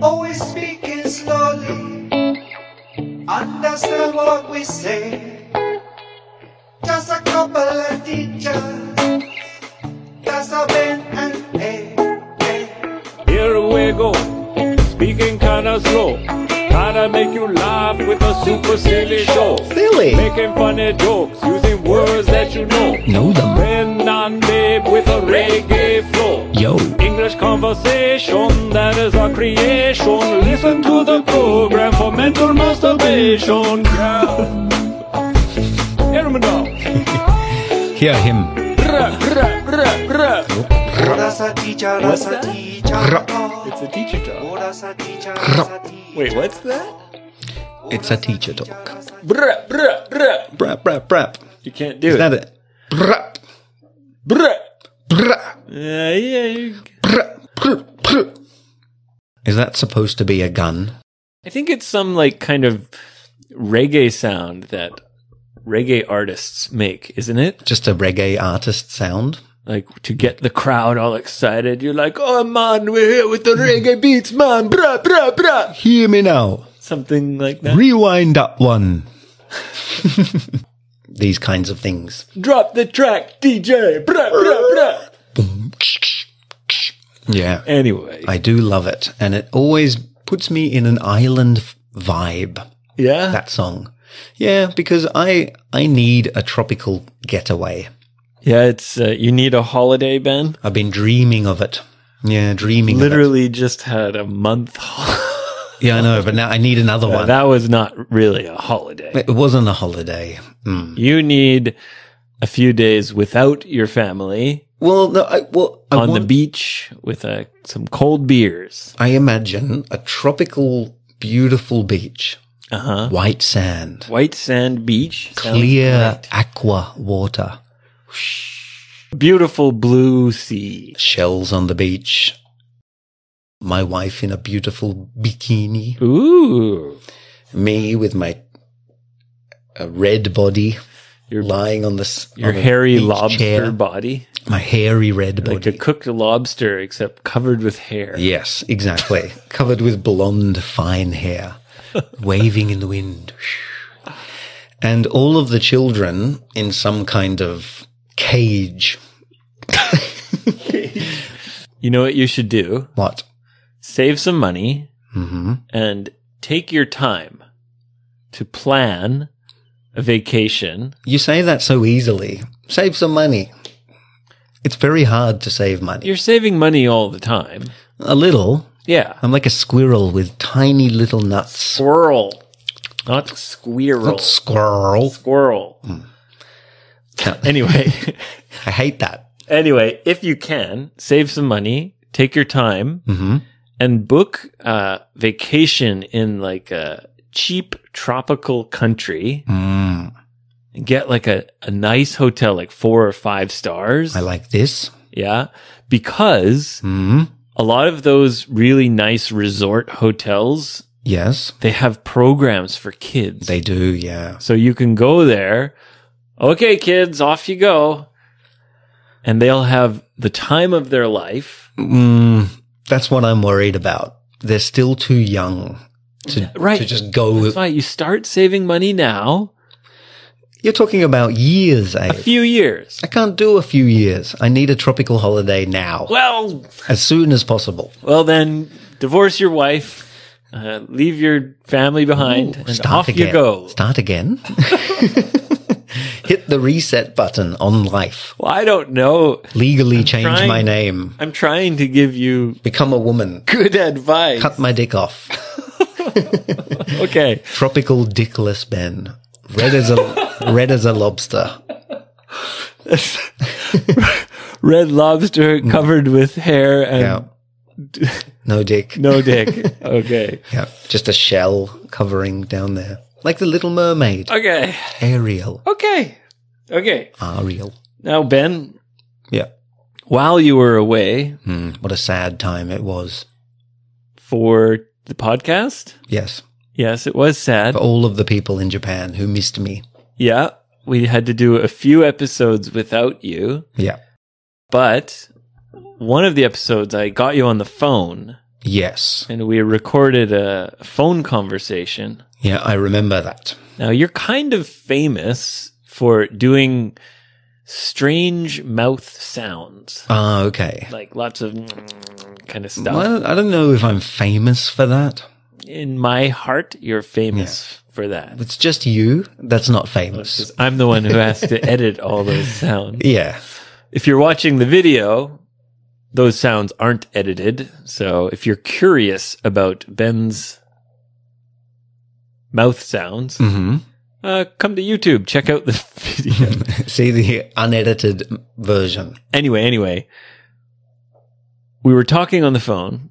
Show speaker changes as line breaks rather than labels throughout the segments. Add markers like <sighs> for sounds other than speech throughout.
Always speaking slowly. Understand what we say. Just a couple of teachers. That's a Ben and A. A.
Here we go, speaking kinda slow. Kinda make you laugh with a super silly show.
Silly.
Making funny jokes using words that you know.
Know them.
Ben and Babe with a reggae flow.
Yo.
English conversation, that is our creation. Listen to the program for mental masturbation. Yeah. Hear me now.
Hear him.
Grr, grr, grr, grr.
Oh, that's a teacher, that's a teacher.
It's
Oh,
a teacher dog.
that's a teacher, that's a teacher.
Wait, what's that?
It's a teacher dog.
Bruh, bruh, bruh.
Brap, brap, brap.
You can't do
Is
it.
that it? Brap,
Bruh.
brap,
Uh, yeah, you-
brap, brap, brap. Is that supposed to be a gun?
I think it's some like kind of reggae sound that reggae artists make, isn't it?
Just a reggae artist sound?
Like to get the crowd all excited. You're like, oh man, we're here with the reggae beats, man. Bruh, bruh, bruh.
Hear me now.
Something like that.
Rewind that one. <laughs> These kinds of things.
Drop the track, DJ. Bruh, bruh, bruh.
Yeah.
Anyway,
I do love it. And it always puts me in an island f- vibe.
yeah.
that song. Yeah, because I I need a tropical getaway.
Yeah, it's uh, you need a holiday, Ben.
I've been dreaming of it. Yeah, dreaming. of it.
Literally just had a month. <laughs>
Yeah, I know, but now I need another one.
that was not really a holiday.
it wasn't a holiday. Mm.
You need a few days without your family
Well, no, I, well, I
on the
want-
beach with uh, some cold beers.
I imagine a tropical, beautiful beach,
Uh huh.
white sand,
White sand beach, sounds
clear
great.
aqua water,
beautiful blue sea.
shells on the beach. My wife in a beautiful bikini,
Ooh,
me with my a red body.
your
lying on this
your
on the
hairy
beach
lobster
chair.
body,
my hairy red
like a
body.
cooked lobster except covered with hair.
<laughs> yes, exactly. Covered with blonde, fine hair, <laughs> waving in the wind. <sighs> And all of the children in some kind of cage. <laughs>
You know what you should do?
What?
Save some money
hmm
and take your time to plan a vacation.
You say that so easily. Save some money. It's very hard to save money.
You're saving money all the time.
a little.
Yeah.
I'm like a squirrel with tiny little nuts.
Squirrel. Not squirrel.
Not Hmm. squirrel.
squirrel. Anyway,
<laughs> I hate that.
anyway, if you can, save some money, take your time
hmm
and book a vacation in like a cheap tropical country.
Mm,
Get like a, a nice hotel, like four or five stars.
I like this.
yeah. Because
Mm,
a lot of those really nice resort hotels
yes,
they have programs for kids
they do. Yeah.
so you can go there okay kids off you go and they'll have the time of their life
Mm, that's what I'm worried about. They're still too young to,
Right.
to just go.
that's why you start saving money now
You're talking about years,
a
Abe.
few years
I can't do a few years. I need a tropical holiday now,
well
as soon as possible.
well then divorce your wife uh, leave your family behind and off
again.
you go
Start
<laughs>
again. Hit the reset button on life.
well i don't know
Legally change
trying-
my name.
i'm trying to give you
Become a woman.
good advice
Cut my dick off.
okay
Tropical dickless Ben. Red as a red as a lobster.
red lobster covered with hair and
Mm.
<laughs>
Yeah. No dick.
no
<laughs>
dick. okay.
Yeah. Just a shell covering down there. Like the little mermaid.
Okay.
Ariel.
Okay. Okay.
Ariel.
Now, Ben,
Yeah.
while you were away
Mm, what a sad time it was.
for the podcast,
Yes.
yes, it was sad.
For all of the people in Japan who missed me.
Yeah. We had to do a few episodes without you,
Yeah.
but one of the episodes I got you on the phone
Yes.
and we recorded a phone conversation.
Yeah, I remember that.
Now, you're kind of famous for doing strange mouth sounds,
Ah, okay.
like lots of kind of stuff.
Well, I don't know if I'm famous for that.
In my heart, you're famous for that.
It's just you. That's not famous.
'Cause I'm the one who has to edit all those sounds.
Yeah.
If you're watching the video, those sounds aren't edited. So if you're curious about Ben's mouth sounds,
hmm
uh, come to YouTube, check out the <laughs> video.
<laughs> See the unedited version.
anyway, anyway, we were talking on the phone,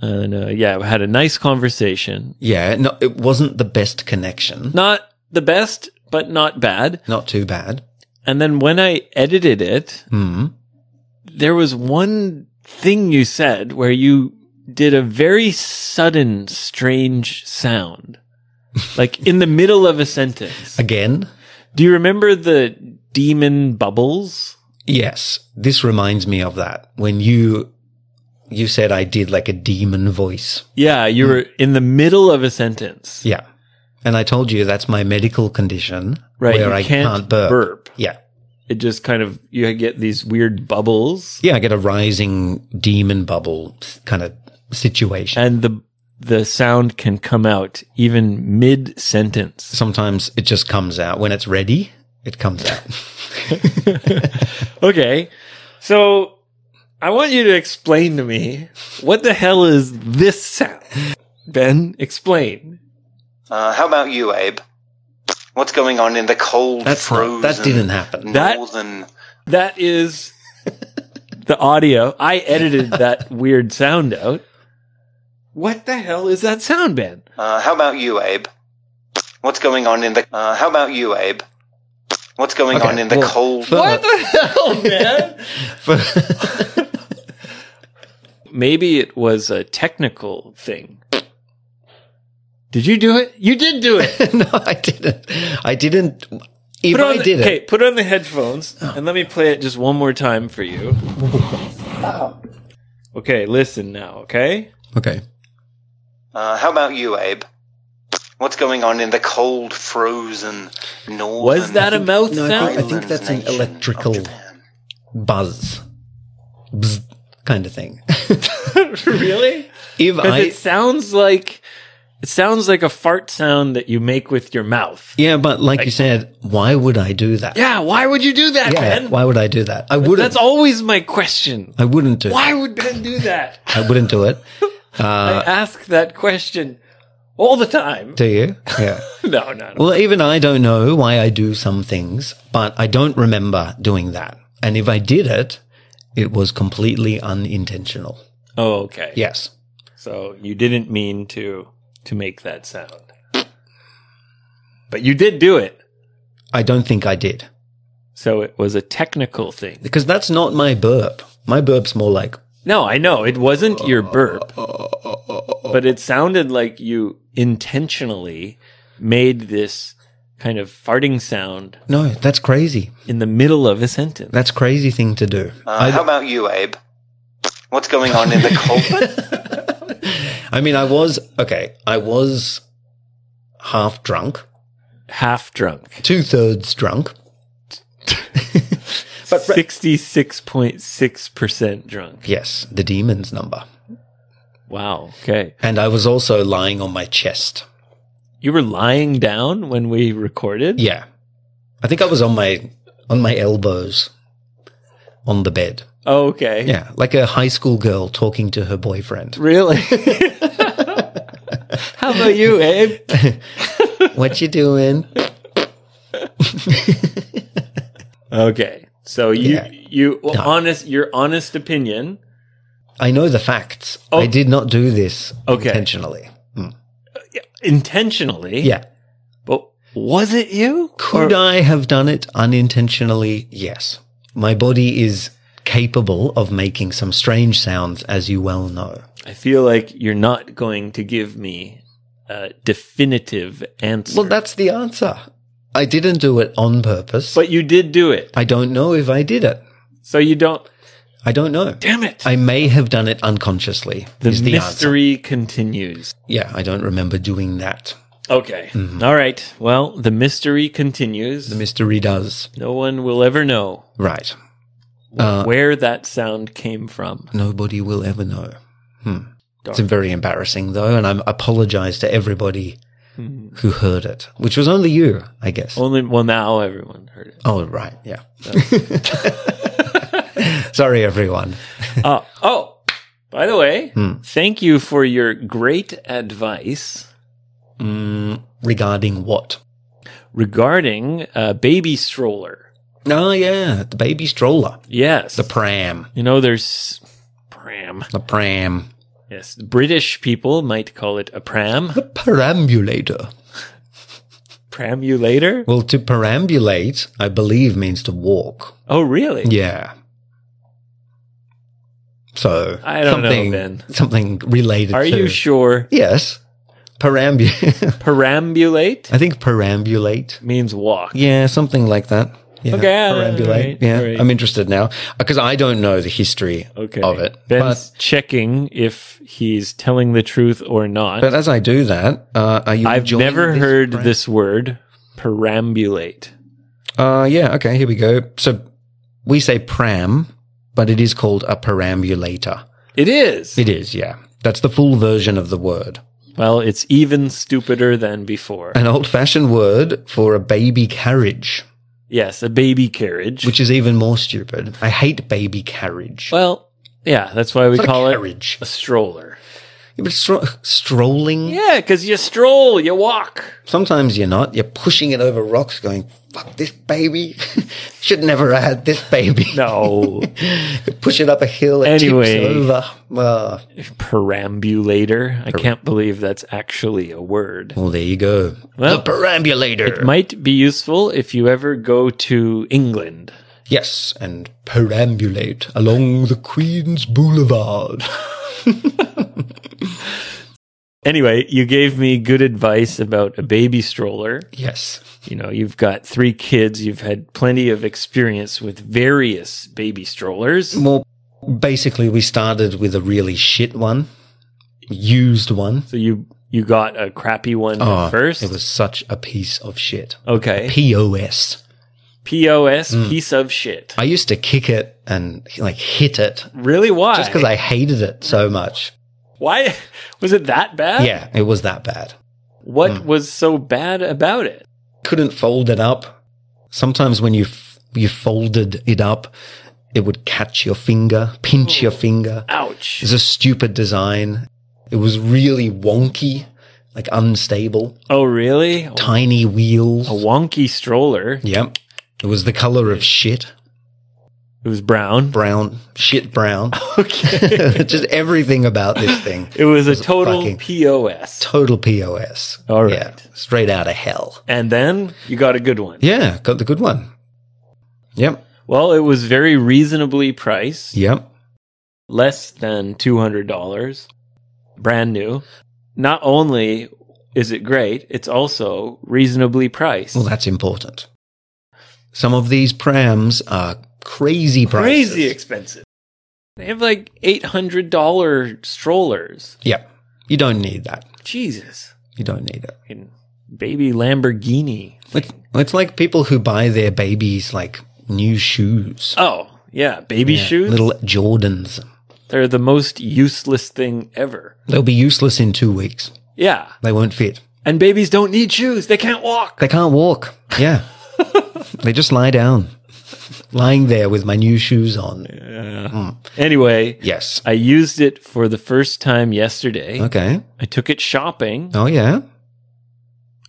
and uh, yeah, we had a nice conversation.
Yeah. No, it wasn't the best connection.
Not the best, but not bad.
Not too bad.
And then when I edited it,
Hmm.
there was one thing you said where you did a very sudden, strange sound, like in the middle of a sentence.
Again.
Do you remember the demon bubbles?
Yes. This reminds me of that when you you said I did like a demon voice.
Yeah, you were in the middle of a sentence.
Yeah. And I told you that's my medical condition
Right,
where
you
I
can't
can't, burp.
burp.
Yeah.
it just kind of you get these weird bubbles
Yeah, I get a rising demon bubble kind of situation.
and the the sound can come out even mid sentence
Sometimes it just comes out when it's ready, it comes
<laughs>
out.
okay so i want you to explain to me what the hell is this sound ben explain
Uh, how about you, Abe? What's going on in the cold,
That's
frozen
not, that didn't happen.
That-
northern?
that is the audio i edited that weird sound out what the hell is that sound ben
Uh, how about you, Abe? What's going on in the? Uh, how about you, Abe? What's going
Okay,
on in the
well,
cold?
fir-
what the hell man
<laughs>
Maybe it was a technical thing. Did you do it? You did do it.
<laughs> no, I didn't. I didn't. If
Put on
I
the,
did
okay,
it,
put on the headphones and let me play it just one more time for <laughs> you. Okay, listen now, okay?
okay.
Uh, how about you, Abe? What's going on in the cold, frozen northern?
Was that a mouth
no, I
sound?
I think that's an
nation of
electrical-
Japan?
Buzz, Bzz, kind of thing.
<laughs>
<laughs>
really?
if
Because
I,
it sounds like it sounds like a fart sound that you make with your mouth.
yeah, but like you said, why would I do that?
Yeah, why would you do that,
Yeah,
Ben?
why would I do that? I wouldn't.
That's always my
<laughs>
question.
I wouldn't do.
Why would Ben do that?
I wouldn't
<laughs>
do it. Uh,
I ask that question all the time. <laughs>
Do you? Yeah.
No, no,
<laughs>
no.
well, even I don't know why I do some things, but I don't remember doing that. And if I did it, it was completely unintentional.
Oh, okay.
Yes.
So you didn't mean to to make that sound, but you did do it.
I don't think I did
So it was a technical thing.
because that's not my burp. My burp's more like,
No, I know it wasn't your burp, but it sounded like you intentionally made this kind of farting sound
no, that's crazy.
in the middle of a sentence.
That's crazy thing to do.
Uh, how about you, Abe? What's going on in the cold?
<laughs> I mean, I was, okay, I was half drunk,
Half drunk.
two thirds drunk. <laughs> but re-
Sixty-six point six percent drunk.
yes, the demon's number.
Wow. Okay.
And I was also lying on my chest.
You were lying down when we recorded.
Yeah. I think I was on my on my elbows on the bed.
Oh, Okay.
Yeah, like a high school girl talking to
<laughs>
her boyfriend. <laughs>
Really? How about you,
<laughs>
Abe?
What you doing? <laughs>
Okay. So you
Yeah.
you well, honest your honest opinion.
I know the facts.
Oh.
I did not do this
Okay.
intentionally. Hmm.
Intentionally.
Yeah.
But was it you?
Could I have done it unintentionally? Yes. My body is capable of making some strange sounds as you well know.
I feel like you're not going to give me a definitive answer.
Well, that's the answer. I didn't do it on purpose.
but you did do it.
I don't know if I did it.
So you don't
I don't know.
Damn it.
I may have done it unconsciously.
the
is the answer.
mystery continues.
Yeah, I don't remember doing that.
Okay. All right. Well, the mystery continues.
Mm-hmm. The mystery does.
no one will ever know
Right. Uh,
where that sound came from.
Nobody will ever know. Hmm. It's
Dark.
very embarrassing, though, and I apologize to everybody
Hmm.
who heard it, which was only you, I guess.
Only well now everyone heard
<laughs>
it.
Oh, right. Yeah. <laughs> Sorry, everyone.
Uh, oh, by the way,
Hmm.
thank you for your great advice
Mm, regarding what?
regarding a baby stroller.
Oh, yeah. The baby stroller.
Yes,
The pram.
you know there's pram.
The pram.
Yes, British people might call it a pram.
<laughs> The perambulator.
Pramulator.
Well, to perambulate, I believe, means to walk.
Oh, really?
Yeah. So
I don't know,
something,
Ben.
Something related.
Are
to,
you sure?
Yes. Perambulate.
Perambulate
<laughs> I think perambulate.
means walk.
Yeah, something like that. Yeah.
Okay, all
Perambulate.
right,
yeah.
all right.
I'm interested now because I don't know the history
Okay.
of it.
Ben's checking if he's telling the truth or not.
But, but as I do that, uh, are you
I've
enjoying
never
this
heard
brand?
this word, perambulate.
Uh, yeah. Okay. Here we go. So we say pram, but it is called a perambulator.
It is.
It is, yeah. That's the full version of the word.
well, it's even stupider than before.
An old fashioned word for a baby carriage,
yes, a baby carriage.
which is even more stupid. I hate baby carriage.
well, yeah, that's why we
Not a
call it
carriage.
a stroller.
Yeah, but stro- strolling.
Yeah, because you stroll, you walk.
Sometimes you're not. You're pushing it over rocks, going, fuck this baby. <laughs> Should never have had this baby.
<laughs> No,
<laughs> Push it up a hill. It
Anyway.
tips over. Uh,
perambulator. I can't believe that's actually a word.
well, there you go.
Well,
the perambulator.
Might be useful if you ever go to England.
yes, and perambulate along the Queen's Boulevard. <laughs>
Anyway, you gave me good advice about a baby stroller.
yes.
You know, you've got three kids, you've had plenty of experience with various baby strollers.
Well, basically, we started with a really shit one, used one.
So you you got a crappy one at first.
it was such a piece of shit.
okay.
POS.
POS piece of shit.
I used to kick it and like hit it
Really why?
just because I hated it so much.
Why <laughs> was it that bad?
Yeah, Mm. it was that bad.
What was so bad about it?
Couldn't fold it up. Sometimes when you f- you folded it up, it would catch your finger, pinch your finger.
Ouch.
It's a stupid design. It was really wonky, like unstable,
Oh really?
tiny wheels.
A wonky stroller.
Yep. It was the color of shit,
It was brown.
brown, shit brown.
<laughs> Okay.
<laughs> Just everything about this thing.
It was a total
fucking-
POS.
Total POS.
All right.
Yeah. Straight out of hell.
And then you got a good one.
Yeah. Got the good one. Yep.
Well, it was very reasonably priced,
Yep.
less than $200, brand new. Not only is it great, it's also reasonably priced.
Well, that's important. Some of these prams are crazy prices.
Crazy expensive. They have like $800 strollers.
Yep. You don't need that.
Jesus.
You don't need it.
And baby Lamborghini.
It's, it's like people who buy their babies like new shoes.
Oh, yeah, baby
Yeah,
shoes.
Little Jordans.
They're the most useless thing ever.
They'll be useless in two weeks.
Yeah.
They won't fit.
And babies don't need shoes. They can't walk.
They can't walk. <laughs> Yeah. they just lie down, lying there with my new shoes on.
Anyway,
Yes.
I used it for the first time yesterday.
Okay.
I took it shopping.
Oh, yeah.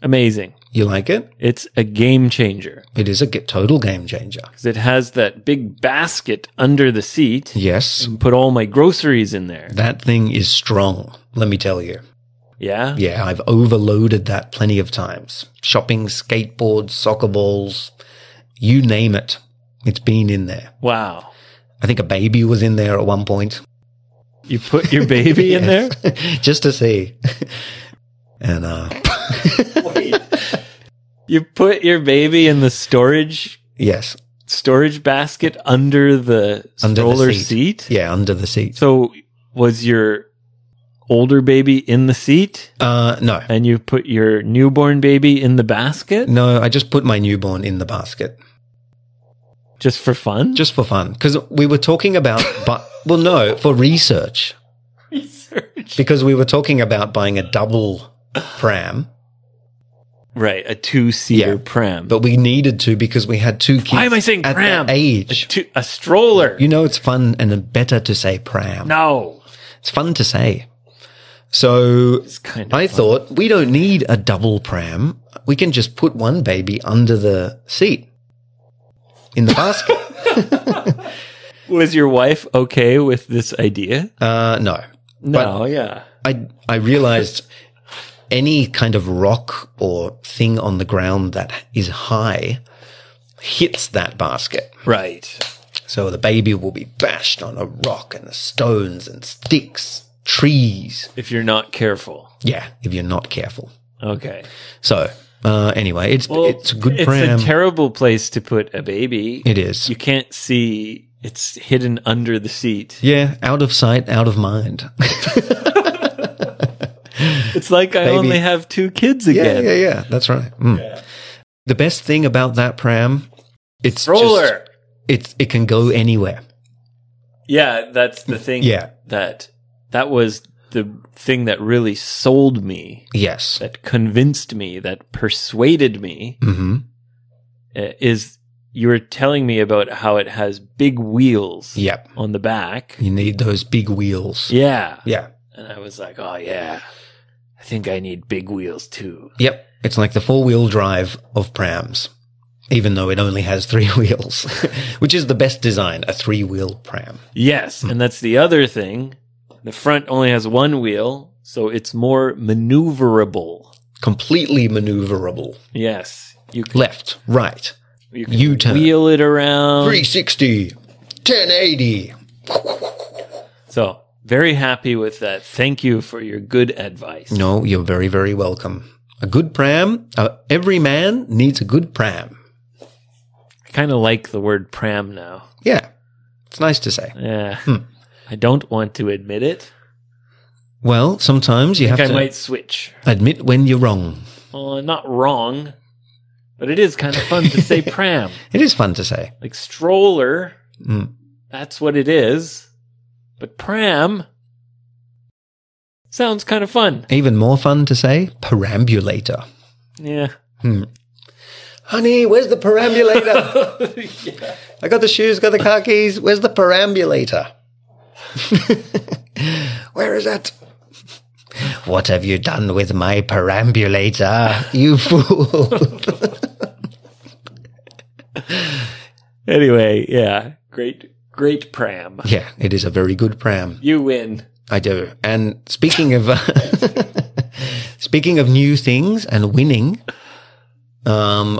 Amazing.
You like it?
It's a game changer
It is a ge- total game changer.
because it has that big basket under the seat.
Yes.
Put all my groceries in there.
That thing is strong. Let me tell you.
Yeah.
Yeah, I've overloaded that plenty of times. Shopping, skateboards, soccer balls, you name it. It's been in there.
Wow.
I think a baby was in there at one point.
You put your
<laughs>
baby in there?
Yes. Just to see. <laughs> and, uh,
You put your baby in the storage
yes.
storage basket under the
Under the
stroller
seat.
seat.
Yeah, under the seat.
So was your older baby in the seat
Uh, no,
and you put your newborn baby in the basket
no, I just put my newborn in the basket
just for fun?
just for fun because we were talking about, but well, no, for research
research.
because we were talking about buying a double pram,
Right, a two-seater
Yeah.
pram.
but we needed to because we had two kids.
Why am I saying
at
pram?
That age,
A, two, a stroller.
you know, it's fun and better to say pram.
no.
It's fun to say. So
It's kind of
I thought we don't need a double pram. We can just put one baby under the seat in the
<laughs>
basket.
Was your wife okay with this idea?
uh, no,
No, yeah.
I I realized any kind of rock or thing on the ground that is high hits that basket.
Right.
So the baby will be bashed on a rock and stones and sticks, trees.
If you're not careful.
Yeah, if you're not careful.
Okay.
So uh, anyway, it's it's a good
it's
pram.
a terrible place to put a baby.
it is.
You can't see. It's hidden under the seat.
Yeah, out of sight, out of mind. <laughs>
It's like I
Baby.
only have two kids <laughs>
yeah,
again.
yeah, yeah. That's right. Mm. The best thing about that pram, it's just-
Stroller.
it's it can go anywhere.
Yeah, that's the thing.
Yeah.
That that was the thing that really sold me,
Yes.
that convinced me, that persuaded me
hmm
uh, is you were telling me about how it has big wheels
Yep.
on the back.
You need those big wheels.
Yeah.
Yeah.
And I was like, "Oh yeah. I think I need big wheels too."
Yep. It's like the four wheel drive of prams, even though it only has three <laughs> wheels, which is the best design, a three wheel pram.
Yes, and that's the other thing. The front only has one wheel, so it's more maneuverable.
Completely maneuverable.
Yes, you can,
Left, right,
you can
U turn,
wheel it around.
360, 1080.
So very happy with that. Thank you for your good advice.
No, you're very, very welcome. A good pram, uh, every man needs a good pram.
I kind of like the word pram now.
Yeah. It's nice to say.
Yeah,
Hmm.
I don't want to admit it.
Well, sometimes you
I
have
think
to
I might switch.
admit when you're wrong.
Well, I'm not wrong, but it is kind of fun to
<laughs>
say pram,
It is fun to say.
like stroller.
Mm.
That's what it is. But pram sounds kind of fun.
Even more fun to say, perambulator.
Yeah.
Honey, where's the perambulator? <laughs> I got the shoes, got the car keys. Where's the perambulator? <laughs> Where is it? What have you done with my perambulator, you <laughs> fool?
Anyway, yeah. Great, great pram.
<laughs> yeah, it is a very good pram.
You win.
I do. And speaking of <laughs> speaking of new things and winning, um,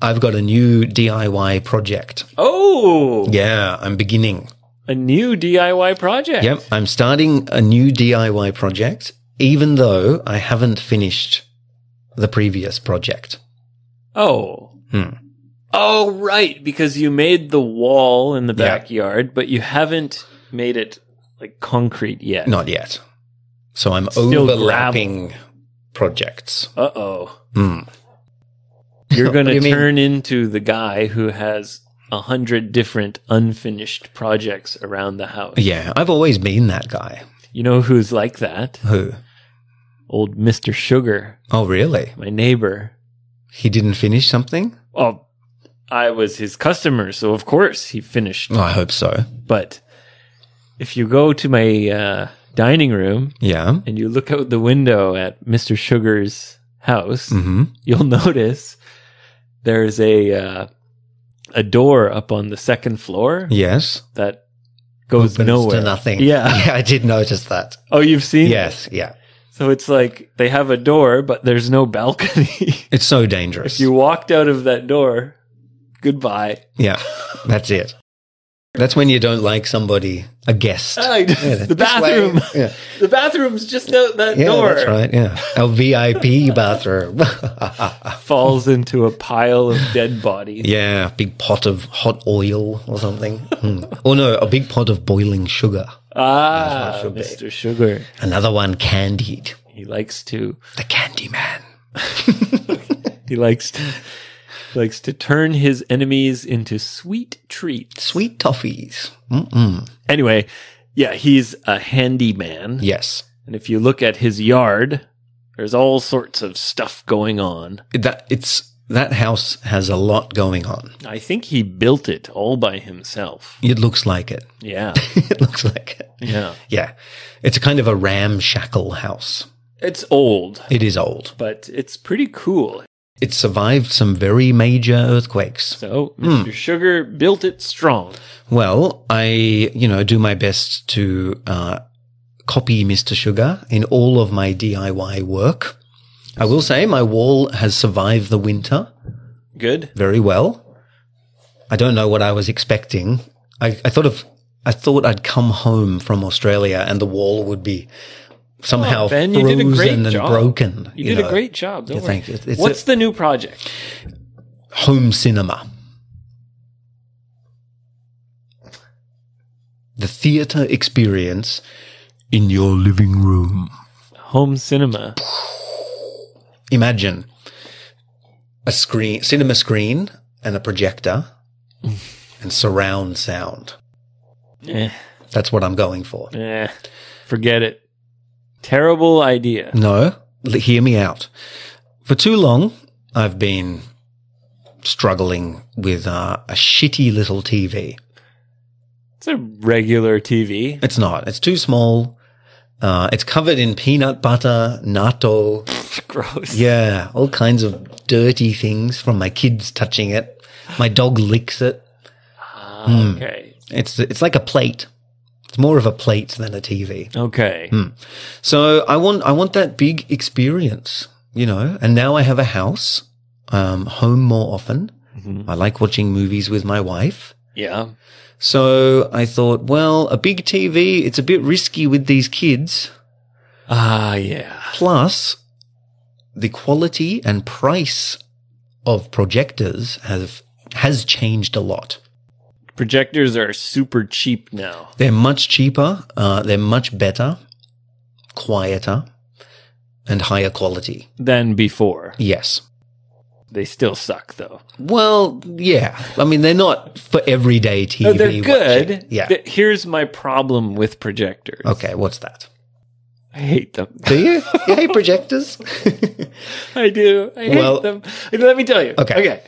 I've got a new DIY project.
Oh,
Yeah, I'm beginning.
a new DIY project.
Yep, I'm starting a new DIY project, even though I haven't finished the previous project.
Oh.
Hmm.
Oh, right. Because you made the wall in the
Yeah.
backyard, but you haven't made it like concrete yet.
Not yet. So I'm
Still
overlapping projects.
Uh oh.
Hmm.
You're going
<laughs> What do
to
you mean?
turn into the guy who has a hundred different unfinished projects around the house.
Yeah, I've always been that guy.
You know who's like that?
Who?
Old Mr. Sugar,
Oh, really?
my neighbor.
He didn't finish something?
Well, I was his customer, so of course he finished.
Oh, I hope so.
But if you go to my uh, dining room
Yeah.
and you look out the window at Mr. Sugar's house,
hmm
you'll <laughs> notice there's a uh, a door up on the second floor
Yes.
that goes
Opens
nowhere.
to nothing.
Yeah.
<laughs> Yeah, I did notice that.
Oh, you've seen?
Yes. Yeah.
So it's like they have a door, but there's no balcony. <laughs>
It's so dangerous. <laughs>
If you walked out of that door, goodbye.
yeah. That's it. That's when you don't like somebody, a
<laughs>
guest.
the bathroom.
Yeah.
The bathroom's just out that
Yeah,
<laughs> door.
that's right. Yeah. Our VIP bathroom. <laughs>
Falls into a pile of
<laughs>
dead bodies.
yeah. Big pot of hot oil or something. Hmm. Oh, no. A big pot of boiling sugar.
Ah,
should be.
Mr. Sugar.
Another one candied.
He likes to.
The candy man.
He likes to. <laughs> Likes to turn his enemies into sweet treats.
Sweet toffees.
Anyway, yeah, he's a handyman.
Yes.
And if you look at his yard, there's all sorts of stuff going on.
That it's that house has a lot going on.
I think he built it all by himself.
It looks like it. <laughs>
Yeah.
it looks like it.
Yeah.
Yeah. It's a kind of a ramshackle house.
It's old,
It is old.
but it's pretty cool.
It survived some very major earthquakes.
So Mr. Sugar built it strong.
Well, I, you know, do my best to uh, copy Mr. Sugar in all of my DIY work. I will say my wall has survived the winter
Good.
very well. I don't know what I was expecting. I, I thought of, I thought I'd come home from Australia and the wall would be somehow
Oh, Ben, you
frozen
did a great
and
job.
broken.
You, did
know.
a great job. Don't
yeah,
worry.
thank you. It's
What's the new project?
home cinema. The theater experience in your living room.
Home cinema.
Imagine a screen, cinema screen, and a projector, and surround sound.
Eh,
That's what I'm going for.
eh, forget it. Terrible idea.
No, l- hear me out. For too long, I've been struggling with uh, a shitty little TV.
It's a regular
<laughs>
TV.
It's not. It's too small. Uh, it's covered in peanut butter, natto.
Gross.
Yeah, all kinds of dirty things from my kids touching it. My dog licks it.
Ah,
Hmm.
Okay.
It's it's like a plate. It's more of a plate than a TV.
Okay.
Hmm. So I want I want that big experience, you know. And now I have a house, um, home more often. I like watching movies with my wife.
Mm-hmm. Yeah.
So I thought, well, a big TV, it's a bit risky with these kids.
Ah, yeah.
Plus, the quality and price of projectors have has changed a lot.
Projectors are super cheap now.
They're much cheaper. Uh, they're much better, quieter, and higher quality.
than before.
Yes.
They still suck though.
Well, yeah. I mean, they're not for everyday TV.
No, they're good.
watching. Yeah.
Th- Here's my problem with projectors.
okay. What's that?
I hate them.
Do you? <laughs> you hate projectors? <laughs>
I do. I hate
Well-
them. Let me tell you.
Okay.
Okay.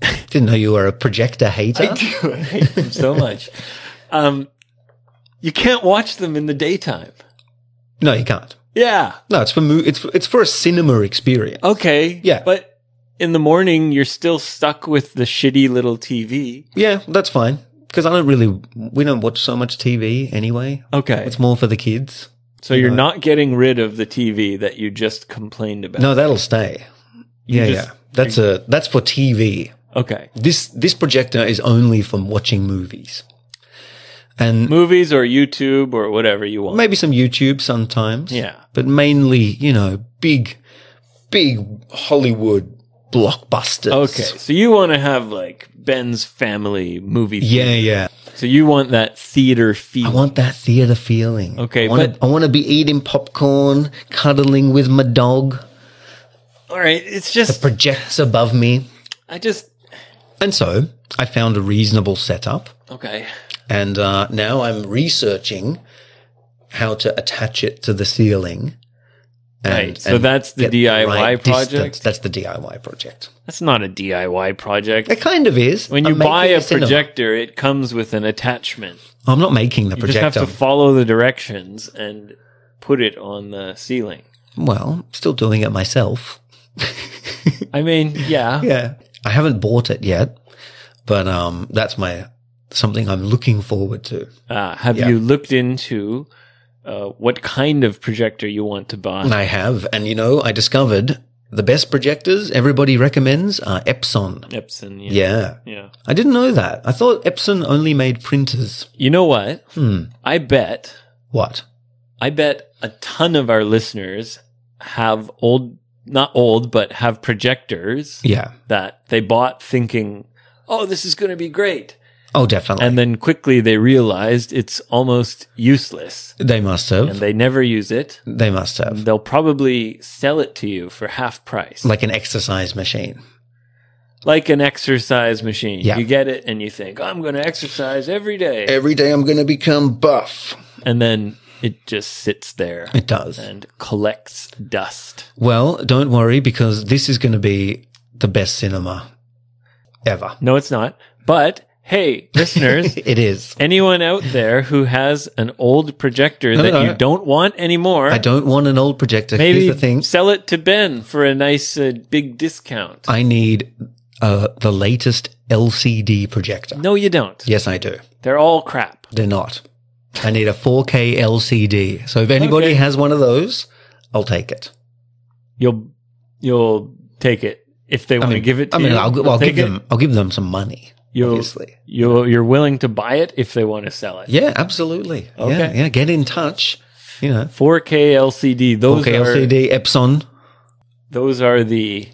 Didn't know you were a projector hater.
I do. I hate them so much. Um, you can't watch them in the daytime.
No, you can't.
Yeah.
No, it's for mo- it's for, it's for a cinema experience.
Okay.
Yeah.
But in the morning, you're still stuck with the shitty little TV.
Yeah, that's fine. Because I don't really, we don't watch so much TV anyway.
Okay.
It's more for the kids.
So you're not getting rid of the TV that you just complained about.
No, that'll stay. Yeah,
just-
yeah. That's a that's for TV.
Okay.
This this projector is only for watching movies, and
Movies or YouTube or whatever you want.
maybe some YouTube sometimes.
Yeah.
but mainly you know big, big Hollywood blockbusters.
Okay, so you want to have like Ben's family movie.
Yeah,
theater.
yeah.
So you want that theater feel.
I want that theater feeling.
Okay,
I wanna,
but-
I want to be eating popcorn, cuddling with my dog.
All right, it's
The
just
projects above me.
I just
And so I found a reasonable setup,
okay.
and uh, now I'm researching how to attach it to the ceiling.
Right, so that's the
get the
DIY project?
distance. That's the DIY project.
That's not a DIY project.
It kind of is.
When
I'm
you buy
making
a
cinema.
projector, it comes with an attachment.
I'm not making the
You just have
projector.
to follow the directions and put it on the ceiling.
well, still doing it myself. <laughs>
I mean, yeah.
Yeah, I haven't bought it yet, but um, that's my something I'm looking forward to.
Uh, have
Yeah.
you looked into uh, what kind of projector you want to buy?
And I have, and you know, I discovered The best projectors everybody recommends are Epson.
Epson. Yeah.
Yeah.
Yeah.
I didn't know that. I thought Epson only made printers.
You know what?
Hmm.
I bet.
What?
I bet a ton of our listeners have old, not old, but have projectors
Yeah.
that they bought thinking, "Oh, this is going to be great,"
Oh, definitely.
and then quickly they realized it's almost useless,
they must have.
and they never use it.
they must have.
They'll probably sell it to you for half price,
like an exercise machine.
like an exercise machine.
Yeah.
You get it, and you think, "I'm going to exercise every day,"
Every day I'm going to become buff.
and then it just sits there
It does.
and collects dust.
Well, don't worry because this is going to be the best cinema ever.
No, it's not. But hey, listeners,
<laughs> it is.
anyone out there who has an old projector
No,
that
no,
you
no.
don't want anymore,
Uh-huh. I don't want an old projector.
maybe
Here's the thing.
sell it to Ben for a nice uh, big discount.
I need uh, the latest LCD projector.
no, you don't.
Yes, I do.
They're all crap.
They're not. I need a 4K LCD. So if anybody
Okay.
has one of those, I'll take it.
You'll you'll take it if they want to give it to
I mean,
you.
I'll,
you'll
well, I'll
take
give them. I'll give them some money.
You'll-
obviously,
You'll, you're willing to buy it if they want to sell it.
yeah, absolutely. Yeah,
Okay.
yeah. Get in touch. You know,
4K LCD. Those
4K
are
LCD Epson.
those are the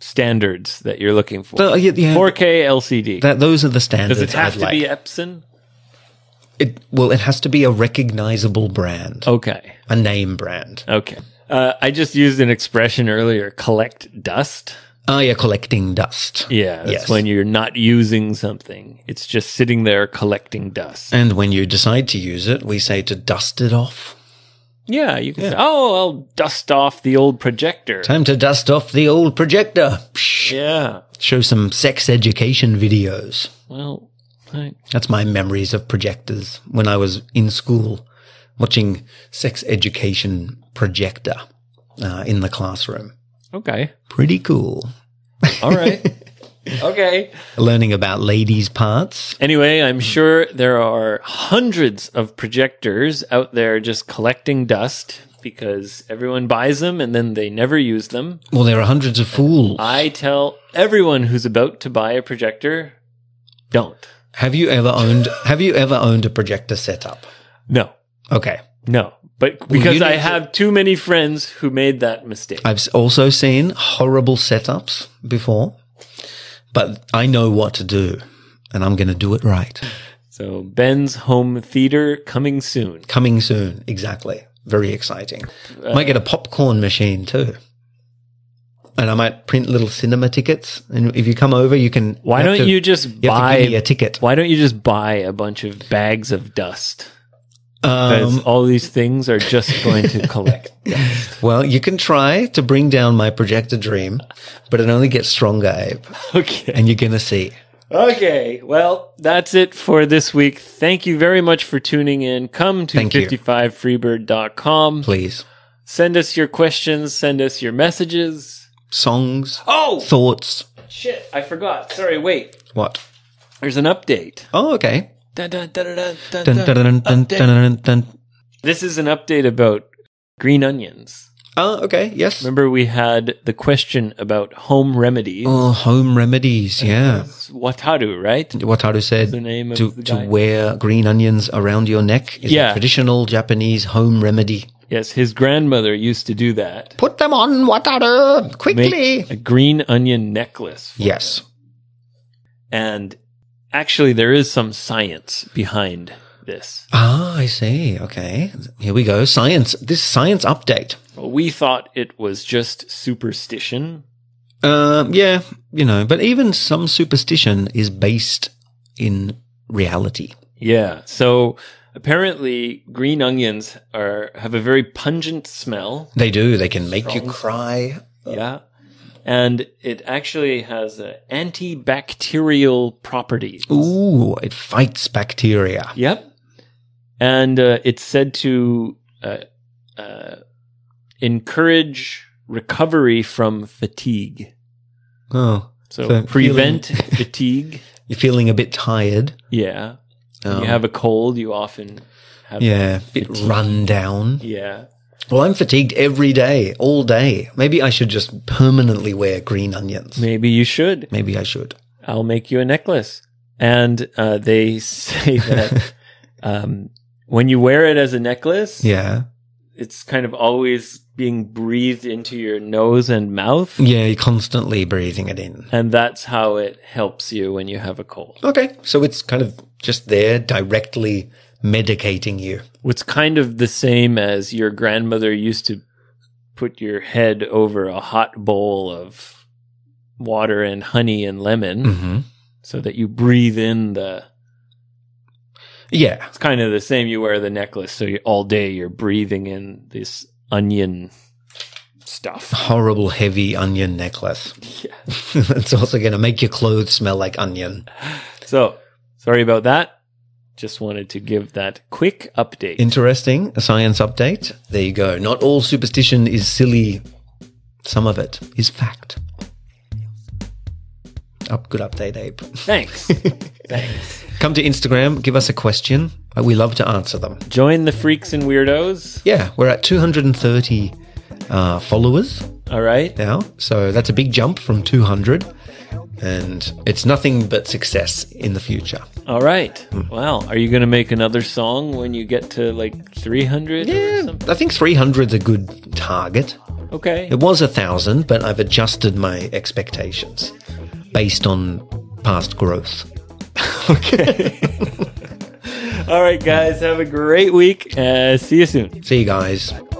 standards that you're looking for.
So, uh, yeah, yeah,
4K LCD.
that those are the standards.
Does it have
I'd
to
like.
be Epson?
It, well, it has to be a recognizable brand,
Okay.
a name brand.
Okay. Uh, I just used an expression earlier collect dust.
Oh, yeah, collecting dust.
Yeah. That's
Yes.
when you're not using something, it's just sitting there collecting dust.
And when you decide to use it, we say to dust it off.
yeah. You can say, oh, I'll dust off the old projector.
Time to dust off the old projector. Psh,
Yeah.
Show some sex education videos.
Well, I,
That's my memories of projectors when I was in school watching sex education projector uh, in the classroom.
okay.
Pretty cool.
All right. okay.
Learning about ladies' parts.
Anyway, I'm sure there are hundreds of projectors out there just collecting dust because everyone buys them and then they never use them.
Well, there are hundreds of fools.
I tell everyone who's about to buy a projector, don't.
Have you ever owned Have you ever owned a projector setup?
No,
Okay,
no. But because
you
I
need to-
have too many friends who made that mistake.
I've s- also seen horrible setups before, but I know what to do, and I'm going to do it right.
So Ben's home theater coming soon.
Coming soon, exactly. Very exciting. might get a popcorn machine too, and I might print little cinema tickets. And if you come over, you can.
Why
you have
don't
to-
you just
you have to
buy
give me a ticket?
Why don't you just buy a bunch of bags of dust? Because
Um,
all these things are just going <laughs> to collect.
well, you can try to bring down my projector dream, but it only gets stronger, Abe.
okay.
And you're going to see.
Okay. Well, that's it for this week. Thank you very much for tuning in. Come to
Thank you.
55freebird.com.
Please,
Send us your questions, send us your messages.
songs,
Oh,
thoughts.
shit. I forgot. Sorry, wait.
What?
There's an update.
Oh, okay.
Dun, dun, dun, dun, dun,
Dun,
dun,
dun, dun, dun,
update.
dun, dun, dun.
This is an update about green onions.
Oh, okay. Yes.
Remember, we had the question about home remedies.
Oh, home remedies. Yeah.
It's Wataru, right?
Wataru said
The name of
to,
the
to
guy.
wear green onions around your neck is
Yeah.
a traditional Japanese home remedy.
Yes, his grandmother used to do that.
Put them on, Wataru, quickly.
Make a green onion necklace.
yes.
And actually, there is some science behind this.
Ah, I see. Okay. Here we go. Science. This science update.
Well, we thought it was just superstition.
Um, yeah, you know, but even some superstition is based in reality.
Yeah. So apparently, green onions are have a very pungent smell.
They do. They can make you cry.
Yeah. And it actually has uh, antibacterial properties.
Ooh, it fights bacteria.
Yep. And uh, it's said to uh, uh, encourage recovery from fatigue.
Oh,
So,
So <laughs>
prevent fatigue.
you're feeling a bit tired.
Yeah.
Um,
you have a cold, you often have.
yeah, a bit run down.
Yeah.
Well, I'm fatigued every day, all day. Maybe I should just permanently wear green onions.
Maybe you should.
Maybe I should.
I'll make you a necklace. And uh, they <laughs> say
<laughs>
that um, when you wear it as a necklace,
Yeah.
it's kind of always being breathed into your nose and mouth.
Yeah, you're constantly breathing it in.
And that's how it helps you when you have a cold.
Okay. So it's kind of just there directly medicating you.
It's kind of the same as your grandmother used to put your head over a hot bowl of water and honey and lemon
Mm-hmm.
so that you breathe in the.
Yeah.
It's kind of the same. You wear the necklace, so you, all day you're breathing in this onion stuff.
Horrible heavy onion necklace.
yeah.
<laughs> That's also going to make your clothes smell like onion.
So sorry about that. Just wanted to give that quick update.
Interesting. A science update. There you go. Not all superstition is silly. Some of it is fact. Up, good update, Abe.
Thanks. Thanks.
Come to Instagram, give us a question. Uh, We love to answer them.
Join the freaks and weirdos.
Yeah, we're at 230 uh, followers
All right.
now. So that's a big jump from 200. And it's nothing but success in the future.
All right. Wow. Are you going to make another song when you get to like 300 or
Yeah,
something?
I think 300's a good target.
Okay.
It was a thousand, but I've adjusted my expectations based on past growth. <laughs> okay.
All right, guys. Have a great week. Uh, see you soon.
See you guys.